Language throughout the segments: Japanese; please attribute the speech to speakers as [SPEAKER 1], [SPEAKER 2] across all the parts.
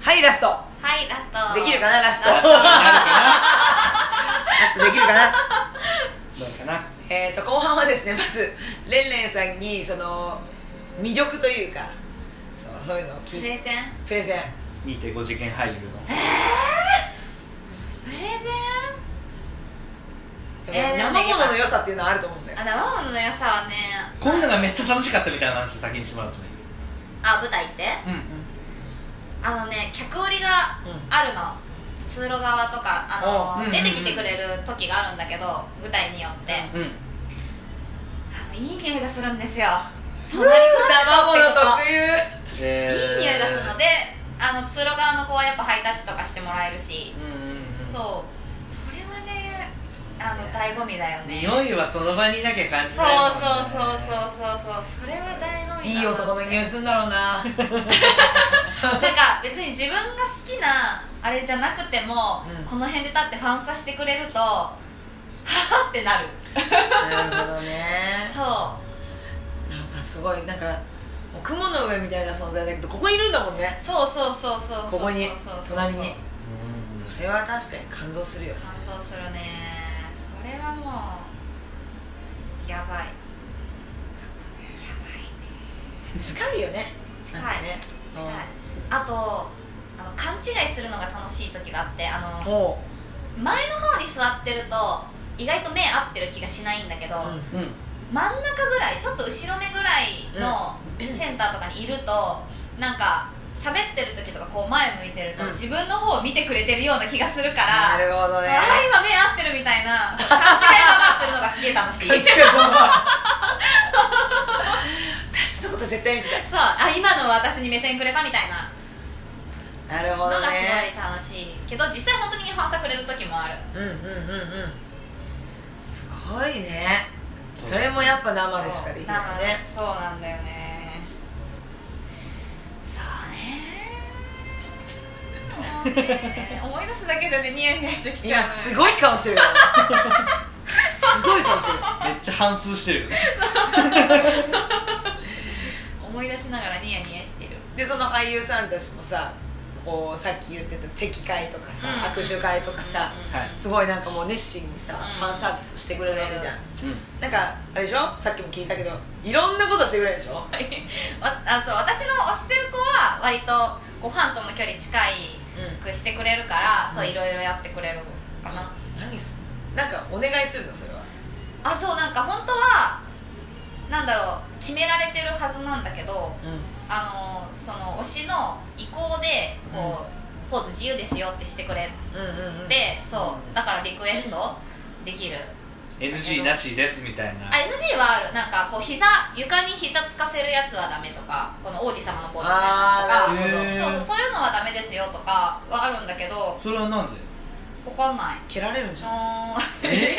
[SPEAKER 1] はいラスト
[SPEAKER 2] はいラスト
[SPEAKER 1] できるかなラスト
[SPEAKER 2] ラスト
[SPEAKER 1] ラストできるかな
[SPEAKER 3] どうかな
[SPEAKER 1] えー、と後半はですねまずレンレンさんにその魅力というかそうそういうのを聞
[SPEAKER 2] プ
[SPEAKER 1] いて
[SPEAKER 2] レゼン
[SPEAKER 1] プレゼン
[SPEAKER 3] 2.5次元俳優の
[SPEAKER 2] プレゼ
[SPEAKER 1] でも
[SPEAKER 2] えー
[SPEAKER 1] 生ものの良さっていうのはあると思うんだよ
[SPEAKER 2] ンあ生ものの良さはね
[SPEAKER 3] こんながめっちゃ楽しかったみたいな話先にしてもらうともいい
[SPEAKER 2] あ舞台って
[SPEAKER 3] うん
[SPEAKER 2] あのね客売りがあるの、通路側とかあの、
[SPEAKER 3] おううんうんうん
[SPEAKER 2] 出てきてくれる時があるんだけど舞台によって、あ
[SPEAKER 3] うん
[SPEAKER 2] のいい匂いがするんですよ
[SPEAKER 1] うー生もの特有
[SPEAKER 2] いい
[SPEAKER 3] えー
[SPEAKER 2] 匂いがするのであの通路側の子はやっぱハイタッチとかしてもらえるし
[SPEAKER 3] う、んうんうん
[SPEAKER 2] そうそれはねあの醍醐味だよね
[SPEAKER 3] 匂いはその場にいなきゃ感じ
[SPEAKER 2] そう
[SPEAKER 3] ないもんね
[SPEAKER 2] そうそうそうそうそうそれは醍醐味だない
[SPEAKER 1] い男の匂いするんだろうな
[SPEAKER 2] なんか別に自分が好きなあれじゃなくても、
[SPEAKER 1] うん
[SPEAKER 2] この辺で立ってファンさせてくれるとははっ てなる
[SPEAKER 1] なるほどね
[SPEAKER 2] そう
[SPEAKER 1] なんかすごいなんかもう雲の上みたいな存在だけどここにいるんだもんね
[SPEAKER 2] そうそうそうそうそう
[SPEAKER 1] ここに
[SPEAKER 2] そうそうそう
[SPEAKER 1] 隣に
[SPEAKER 3] うん
[SPEAKER 1] それは確かに感動するよ
[SPEAKER 2] 感動するねそれはもうやばいやばいね
[SPEAKER 1] 近いよね
[SPEAKER 2] 近い
[SPEAKER 1] なんかね
[SPEAKER 2] 近いあとあの勘違いするのが楽しい時があってあの
[SPEAKER 1] も
[SPEAKER 2] 前の方に座ってると意外と目合ってる気がしないんだけど、
[SPEAKER 1] う、うん
[SPEAKER 3] うん
[SPEAKER 2] 真ん中ぐらいちょっと後ろ目ぐらいのセンターとかにいると、なんか喋ってる時とかこう前向いてると、
[SPEAKER 1] うん
[SPEAKER 2] 自分の方を見てくれてるような気がするから
[SPEAKER 1] なるほどね
[SPEAKER 2] あ今目合ってるみたいな勘違いババアするのがすげえ 楽しい
[SPEAKER 1] 私のこと絶対見て
[SPEAKER 2] そうあ今の私に目線くれたみたいな
[SPEAKER 1] たなるほ
[SPEAKER 2] の
[SPEAKER 1] ど
[SPEAKER 2] がすご
[SPEAKER 1] ね
[SPEAKER 2] い楽しいけど実際本当に反射くれる時もある
[SPEAKER 1] うんうんうんうんすごいねそれもやっぱ生でしかできないね
[SPEAKER 2] そうなんだよねそうねもうね思い出すだけでねニヤニヤしてきちゃう
[SPEAKER 1] 今すごい顔してるよすごい顔してる
[SPEAKER 3] めっちゃ反芻してるよね
[SPEAKER 2] 思い出しながらニヤニヤしてる
[SPEAKER 1] でその俳優さんたちもさこうさっき言ってたチェキ会とかさ、
[SPEAKER 2] うん
[SPEAKER 1] 握手会とかさ、
[SPEAKER 2] うんうんうん
[SPEAKER 3] はい
[SPEAKER 1] すごいなんかもう熱心にさ、
[SPEAKER 2] ん
[SPEAKER 1] ファンサービスしてくれるわけじゃん、
[SPEAKER 3] うん
[SPEAKER 1] なんかあれでしょさっきも聞いたけどいろんなことしてくれるでしょ
[SPEAKER 2] わあそう私の推してる子は割とこうファンとの距離近くしてくれるから、そういろいろやってくれるかな
[SPEAKER 1] 何すなんかお願いするのそれは
[SPEAKER 2] あそうなんか本当はなんだろう決められてるはずなんだけど
[SPEAKER 1] う
[SPEAKER 2] あのその推しの意向でこう、ポーズ自由ですよってしてくれ
[SPEAKER 1] んうんうんうん
[SPEAKER 2] て、そうだからリクエストできる、
[SPEAKER 3] NG なしですみたいな
[SPEAKER 2] あ NG はあるなんかこう膝床に膝つかせるやつはダメとかこの王子様のポーズみ
[SPEAKER 1] あー
[SPEAKER 2] たい
[SPEAKER 3] なる
[SPEAKER 2] なのとか
[SPEAKER 3] ほど
[SPEAKER 2] そうそうそういうのはダメですよとかはあるんだけど
[SPEAKER 3] それはなんで
[SPEAKER 2] わかんない
[SPEAKER 1] 蹴られるんじゃん
[SPEAKER 2] あー
[SPEAKER 3] え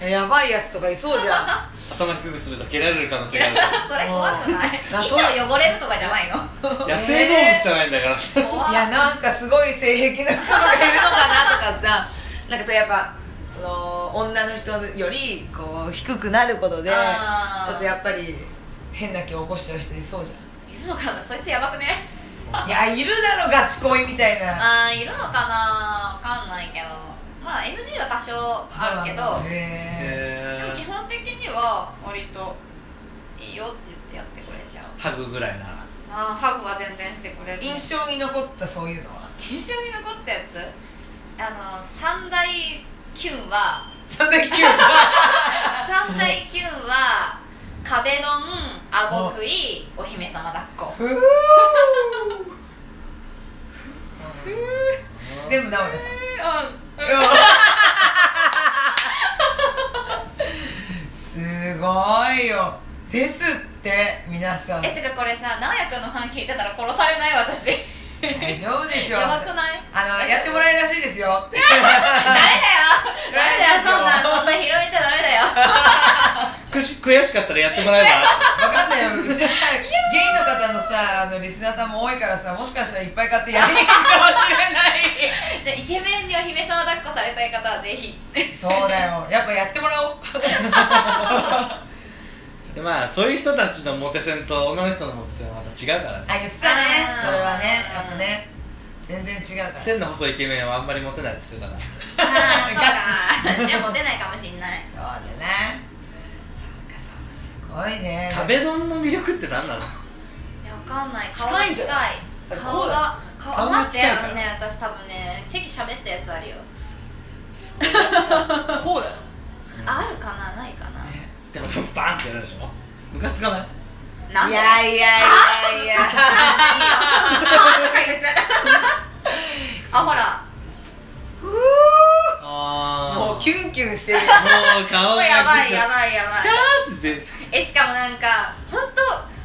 [SPEAKER 1] えやばいやつとかいそうじ ゃん
[SPEAKER 3] 頭低くすると蹴られる可能
[SPEAKER 2] そ
[SPEAKER 3] 性があ
[SPEAKER 2] れ怖くない
[SPEAKER 1] あー
[SPEAKER 2] 衣装汚れるとかじゃないの
[SPEAKER 3] る野生動物じゃないんだからさ
[SPEAKER 2] 怖
[SPEAKER 1] いやなんかすごい性癖の人とかいるのかなとかさ なんかさやっぱその女の人よりこう低くなることで
[SPEAKER 2] あー
[SPEAKER 1] ちょっとやっぱり変な気を起こしてる人いそうじゃ
[SPEAKER 2] いるのかなそいつやばくね
[SPEAKER 1] ん いやいるだろガチ恋みたいな
[SPEAKER 2] あーいるのかなわかんないけどまあ NG は多少あるけど
[SPEAKER 1] へ
[SPEAKER 2] でも
[SPEAKER 3] へ
[SPEAKER 2] 基
[SPEAKER 3] ー
[SPEAKER 2] 本的には割といいよって言ってやってくれちゃう
[SPEAKER 3] ハグぐらいな
[SPEAKER 2] あーハグは全然してくれる
[SPEAKER 1] ー印象に残ったそういうのは
[SPEAKER 2] 印象に残ったやつあの三大キュンは
[SPEAKER 1] その時キューバ
[SPEAKER 2] 三大キュンは壁ドン顎食いお姫様抱っこ
[SPEAKER 1] ふー全部直哉さん
[SPEAKER 2] うん
[SPEAKER 1] すごいよですって皆さん
[SPEAKER 2] えてかこれさ直哉くんのファン聞いてたら殺されない私
[SPEAKER 1] 大丈夫でしょ
[SPEAKER 2] やばくない
[SPEAKER 1] あのやってもらえるらしいですよ
[SPEAKER 2] ダメだよダメだよそんなそんな広めちゃダメだよ
[SPEAKER 3] くし悔しかったらやってもらえば
[SPEAKER 1] わかんないようちさゲイの方のさあのリスナーさんも多いからさもしかしたらいっぱい買ってやりにくいかもしれない
[SPEAKER 2] じゃあイケメンにお姫様抱っこされたい方はぜ ひ
[SPEAKER 1] そうだよやっぱやってもらおう
[SPEAKER 3] でまあそういう人たちのモテ線と女の人のモテ線はまた違うからね
[SPEAKER 1] あ言ってたね
[SPEAKER 2] あー
[SPEAKER 1] それはねやっぱね全然違うから
[SPEAKER 3] 線の細いイケメンはあんまりモテないって言ってたから
[SPEAKER 2] あーそうかじゃあモテないかもしんない
[SPEAKER 1] そうだねそうかそうかすごいね
[SPEAKER 3] 壁ドンの魅力って何なの
[SPEAKER 2] いやわかんない
[SPEAKER 1] 近
[SPEAKER 2] 顔
[SPEAKER 1] い
[SPEAKER 2] が
[SPEAKER 1] じ
[SPEAKER 2] 近
[SPEAKER 1] ゃ
[SPEAKER 2] い
[SPEAKER 1] ん
[SPEAKER 2] 顔が顔
[SPEAKER 3] 顔が
[SPEAKER 2] 待っ
[SPEAKER 3] 近
[SPEAKER 2] てあ
[SPEAKER 3] いから
[SPEAKER 2] のね私多分ねチェキ喋ったやつあるよ
[SPEAKER 1] こうだよ
[SPEAKER 2] あるかなないかな
[SPEAKER 3] でもバンってやるでしょムカつかない
[SPEAKER 2] なん
[SPEAKER 1] い
[SPEAKER 2] で
[SPEAKER 1] やいやいやいや
[SPEAKER 2] あほ ら
[SPEAKER 1] ふう
[SPEAKER 3] あ
[SPEAKER 1] もうキ
[SPEAKER 3] ュ
[SPEAKER 1] ュンキュンしてるよ
[SPEAKER 3] もう顔
[SPEAKER 2] こ
[SPEAKER 3] が
[SPEAKER 2] れやばいや
[SPEAKER 3] い
[SPEAKER 2] ばいやばい
[SPEAKER 3] キャーって言って
[SPEAKER 2] えしかもなんか本当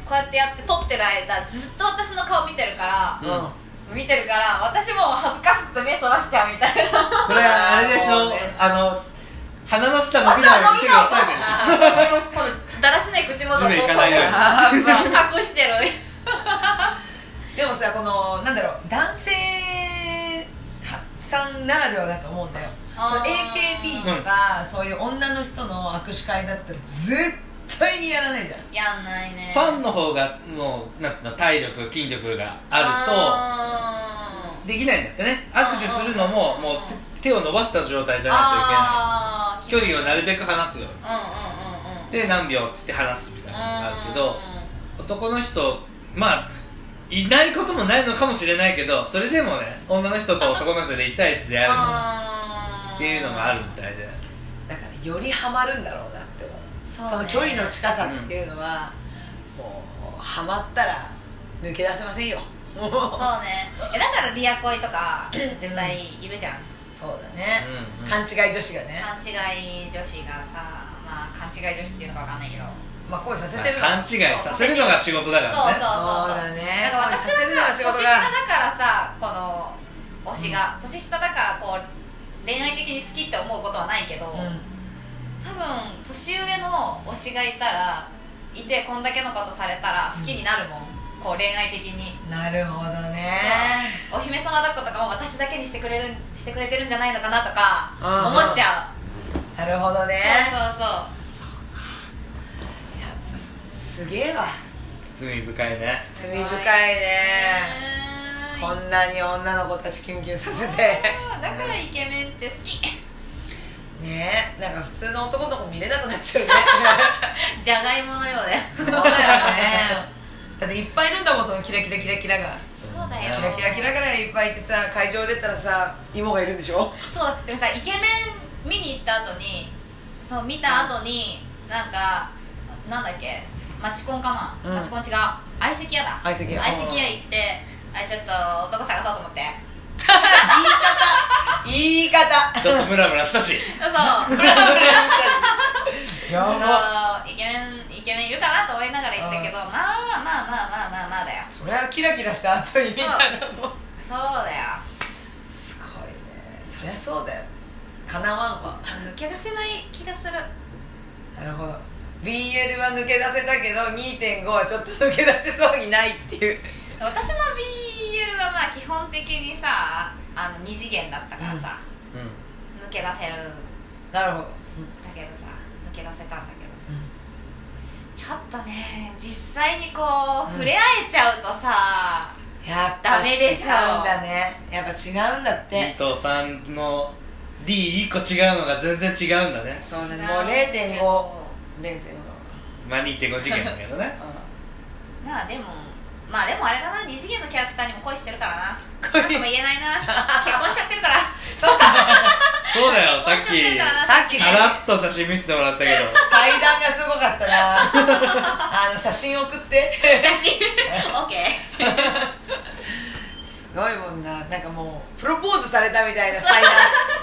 [SPEAKER 2] こうやってやって撮ってる間ずっと私の顔見てるから、
[SPEAKER 3] うん
[SPEAKER 2] 見てるから私もう恥ずかしくて目そらしちゃうみたいな
[SPEAKER 3] これあれでしょあの鼻の下伸びないように手が押さえてるでしょ
[SPEAKER 2] このだらしない口元をこう
[SPEAKER 3] 地面行かないように
[SPEAKER 1] あーまあ
[SPEAKER 2] 隠してる
[SPEAKER 1] でもさこのなんだろう男性さんならではだと思うんだよ
[SPEAKER 2] あー
[SPEAKER 1] その AKB とか、そういう女の人の握手会だったら絶対にやらないじゃん
[SPEAKER 2] やんないね
[SPEAKER 3] ファンの方がもうなんていうの体力筋力がある
[SPEAKER 2] あ
[SPEAKER 3] とできないんだってね握手するのも
[SPEAKER 2] うん
[SPEAKER 3] もう手手を伸ばした状態じ
[SPEAKER 2] ー
[SPEAKER 3] ゃない
[SPEAKER 2] あー
[SPEAKER 3] といけない距離をなるべく離すよ
[SPEAKER 2] うんうんうんうん
[SPEAKER 3] で何秒って言って離すみたいなのがあるけ
[SPEAKER 2] うん
[SPEAKER 3] ど男の人まあいないこともないのかもしれないけどそれでもね女の人と男の人で1対1でやる
[SPEAKER 2] あー
[SPEAKER 3] っていうのがあるみたいで
[SPEAKER 1] だからよりハマるんだろうなって思う
[SPEAKER 2] そ
[SPEAKER 1] そうの
[SPEAKER 2] ね
[SPEAKER 1] 距離の近さっていうのは、もうハマったら抜け出せませんよもう
[SPEAKER 2] そうねえだからリア恋とか絶対いるじゃん
[SPEAKER 1] そうだね、
[SPEAKER 3] うんうん
[SPEAKER 1] 勘違い女子がね、
[SPEAKER 2] 勘違い女子がさまあ勘違い女子っていうのかわかんないけど
[SPEAKER 1] まあ、恋させ
[SPEAKER 3] まあ
[SPEAKER 1] てる
[SPEAKER 3] 勘違いさせるのが仕事だか
[SPEAKER 2] そう
[SPEAKER 3] ら
[SPEAKER 2] そう
[SPEAKER 3] ね
[SPEAKER 2] そう
[SPEAKER 1] そうだね
[SPEAKER 2] だから私はさ
[SPEAKER 1] これさせ
[SPEAKER 2] 年
[SPEAKER 1] るのが仕事
[SPEAKER 2] 下
[SPEAKER 1] だ
[SPEAKER 2] だからさこの推しが、年下だからこう恋愛的に好きって思うことはないけど、
[SPEAKER 1] うん
[SPEAKER 2] 多分年上の推しがいたらいてこんだけのことされたら好きになるもん、こう恋愛的に、
[SPEAKER 1] なるほどね
[SPEAKER 2] お姫様抱っことかも私だけにしてくれるしてくれてるんじゃないのかなとか
[SPEAKER 1] うん
[SPEAKER 2] 思っちゃう、
[SPEAKER 1] なるほどね
[SPEAKER 2] そうそうそう
[SPEAKER 1] やっぱすげえわ
[SPEAKER 3] 罪深いね
[SPEAKER 1] 罪深いね
[SPEAKER 2] うーん
[SPEAKER 1] こんなに女の子たちキュンキュンさせて
[SPEAKER 2] あーだからイケメンって好き
[SPEAKER 1] ねえなんか普通の男とか見れなくなっちゃうね
[SPEAKER 2] じゃがいものようだよ
[SPEAKER 1] そうだよねだっていっぱいいるんだもんそのキラキラキラキラが
[SPEAKER 2] そうだ
[SPEAKER 1] キ
[SPEAKER 2] よ
[SPEAKER 1] ラキラキラキラがいっぱいいてさ会場出たらさ芋がいるんでしょ
[SPEAKER 2] そうだってさイケメン見に行った後にそう見た後になんかなんだっけマチコンかな、
[SPEAKER 1] うん
[SPEAKER 2] マチコン違う相席屋だ
[SPEAKER 1] 相席屋
[SPEAKER 2] 屋行ってあちょっと男探そうと 思って
[SPEAKER 1] 言い方
[SPEAKER 3] ちょっとムラムラしたし
[SPEAKER 2] そう
[SPEAKER 1] やば
[SPEAKER 2] そうイケメンイケメンいるかなと思いながら行ったけどまあまあまあまあまあまあだよ
[SPEAKER 1] そりゃキラキラした後に見たらもう
[SPEAKER 2] そうだよ
[SPEAKER 1] すごいねそりゃそうだよねかなわんわ
[SPEAKER 2] 抜け出せない気がする
[SPEAKER 1] なるほど BL は抜け出せたけど2.5はちょっと抜け出せそうにないっていう
[SPEAKER 2] 私の BL はまあ基本的にさあの二次元だったからさ、
[SPEAKER 3] う
[SPEAKER 2] 抜け出せる
[SPEAKER 1] なるほど、
[SPEAKER 2] だけどさ抜け出せたんだけどさ
[SPEAKER 1] う
[SPEAKER 2] ちょっとね実際にこう触れ合えちゃうとさ、
[SPEAKER 1] ん、やっぱ
[SPEAKER 2] ダメ
[SPEAKER 1] 違
[SPEAKER 2] で
[SPEAKER 1] うん
[SPEAKER 2] しょ
[SPEAKER 1] だねやっぱ違うんだっ
[SPEAKER 3] ん伊
[SPEAKER 1] て
[SPEAKER 3] 藤さんの D1 個違うのが全然違うんだね
[SPEAKER 1] そう
[SPEAKER 2] 違
[SPEAKER 1] だ
[SPEAKER 2] う
[SPEAKER 1] ねもう0.50.5、
[SPEAKER 3] まあ2.5次元だけど ね
[SPEAKER 2] まあでもまあでもあれだな二次元のキャラクターにも恋してるからな
[SPEAKER 1] 恋
[SPEAKER 2] なんとも言えないな結婚しちゃってる から
[SPEAKER 3] そうだよさっ
[SPEAKER 2] 結婚しちゃってる
[SPEAKER 3] き
[SPEAKER 2] からな
[SPEAKER 1] さっき
[SPEAKER 3] さらっと写真見せてもらったけど
[SPEAKER 1] 祭壇がすごかったな あの写真送って
[SPEAKER 2] 写真 OK
[SPEAKER 1] すごいもんななんかもうプロポーズされたみたいな祭 壇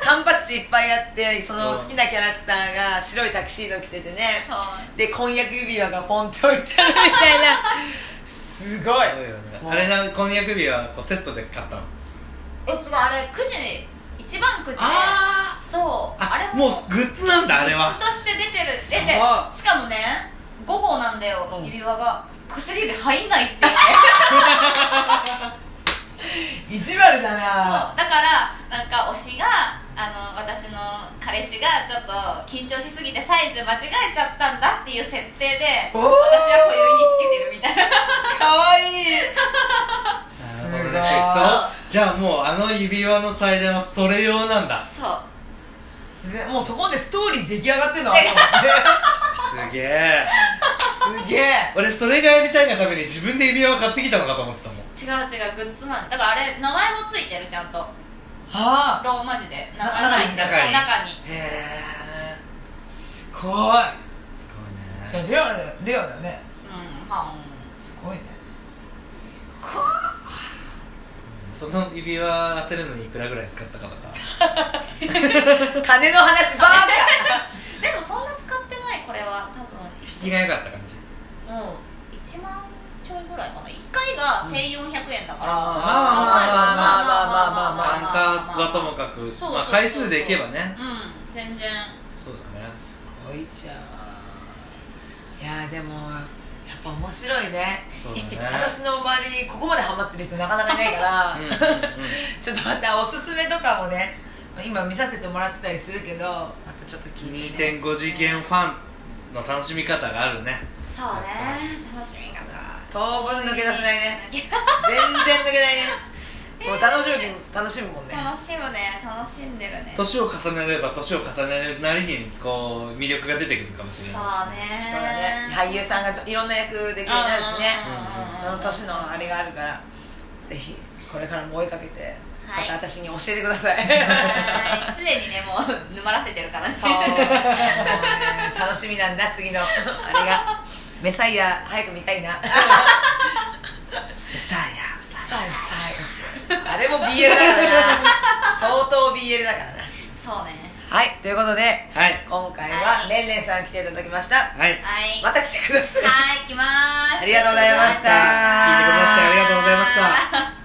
[SPEAKER 1] 缶バッジいっぱいあってその好きなキャラクターが白いタキシード着ててね
[SPEAKER 2] そう
[SPEAKER 1] で婚約指輪がポンって置いてあるみたいなすごい
[SPEAKER 3] そうよね
[SPEAKER 1] もう
[SPEAKER 3] あれな婚約指輪はこうセットで買ったの
[SPEAKER 2] え違うあれくじ一番くじで
[SPEAKER 1] あ
[SPEAKER 2] そうあれ
[SPEAKER 3] もうグッズなんだあれは
[SPEAKER 2] グッズとして出てる出て
[SPEAKER 1] そう
[SPEAKER 2] しかもね5号なんだよ
[SPEAKER 1] うん
[SPEAKER 2] 指輪が薬指入んないって言って
[SPEAKER 1] ー意地悪だ
[SPEAKER 2] そう
[SPEAKER 1] な
[SPEAKER 2] だからなんか推しがあの私の彼氏がちょっと緊張しすぎてサイズ間違えちゃったんだっていう設定で私
[SPEAKER 1] おー
[SPEAKER 2] は小指につけてるみたいな
[SPEAKER 1] かわいい
[SPEAKER 3] なるほどれて
[SPEAKER 1] う
[SPEAKER 3] そう
[SPEAKER 1] わ
[SPEAKER 3] じゃあもうあの指輪の祭壇はそれ用なんだ
[SPEAKER 2] そう
[SPEAKER 1] すもうそこでストーリー出来上がってんの
[SPEAKER 2] 出来上
[SPEAKER 3] すげえ
[SPEAKER 1] すげえ
[SPEAKER 3] 俺それがやりたいがために自分で指輪を買ってきたのかと思ってたもん
[SPEAKER 2] 違う違うグッズなんだからあれ名前もついてるちゃんと
[SPEAKER 1] はあ
[SPEAKER 2] ローマ字で名
[SPEAKER 1] な
[SPEAKER 2] 前ついてる
[SPEAKER 3] 中
[SPEAKER 2] そ
[SPEAKER 3] に
[SPEAKER 2] う中に
[SPEAKER 1] へえすごい
[SPEAKER 3] すご
[SPEAKER 1] じゃあレアだよレアだね
[SPEAKER 2] うんまあ
[SPEAKER 1] すごいね
[SPEAKER 3] その指輪当てるのにいくらぐらい使ったかとか
[SPEAKER 1] 金の話ばーか
[SPEAKER 2] でもそんな使ってないこれは多分
[SPEAKER 3] 引きが良かった感じ
[SPEAKER 2] もう1万ちょいぐらいかな1回が1400円だから、
[SPEAKER 1] うんあーまあ
[SPEAKER 3] 単価はともかく
[SPEAKER 2] そうそうそ
[SPEAKER 3] まあ
[SPEAKER 2] う
[SPEAKER 3] 回数でいけばね
[SPEAKER 2] うん全然
[SPEAKER 3] そうだね
[SPEAKER 1] すごいじゃんいやーでもやっぱ面白いね
[SPEAKER 3] そうだね
[SPEAKER 1] 私の周りにここまでハマってる人なかなかいないから、
[SPEAKER 3] うんうんうん
[SPEAKER 1] ちょっとまたおすすめとかもね今見させてもらってたりするけどまたちょっと聞いて、ね、
[SPEAKER 3] 2.5次元ファンの楽しみ方があるね
[SPEAKER 2] そうね楽しみ方
[SPEAKER 1] 当分抜け出せないね
[SPEAKER 2] 抜け
[SPEAKER 1] 全然抜けないねもう楽しむ分楽しむもんね
[SPEAKER 2] 楽しむね楽しんでるね
[SPEAKER 3] 年を重ねれば年を重ねるなりにこう魅力が出てくるかもしれ
[SPEAKER 2] そう
[SPEAKER 3] な
[SPEAKER 1] そう
[SPEAKER 2] ね
[SPEAKER 1] だね俳優さんがいろんな役できるようになるしね
[SPEAKER 2] うんうんうん
[SPEAKER 1] その年のあれがあるからぜひこれからも追いかけて
[SPEAKER 2] は
[SPEAKER 1] ま
[SPEAKER 2] い
[SPEAKER 1] た私に教えてくだ さい、
[SPEAKER 2] はいすでにねもう沼らせてるからね
[SPEAKER 1] そうもうね 楽しみなんだ次のあれがメサイヤ早く見たいな
[SPEAKER 3] いさあや
[SPEAKER 1] サイサイあれも BL だからな相当 BL だからな
[SPEAKER 2] そうね
[SPEAKER 1] はいということで
[SPEAKER 3] はい
[SPEAKER 1] 今回
[SPEAKER 2] は
[SPEAKER 1] はいレンレンさん来ていただきました
[SPEAKER 3] はい
[SPEAKER 2] はい
[SPEAKER 1] また来てください
[SPEAKER 2] はい行きまーす
[SPEAKER 1] ありがとうございました
[SPEAKER 3] 聞いてくださってありがとうございました
[SPEAKER 2] た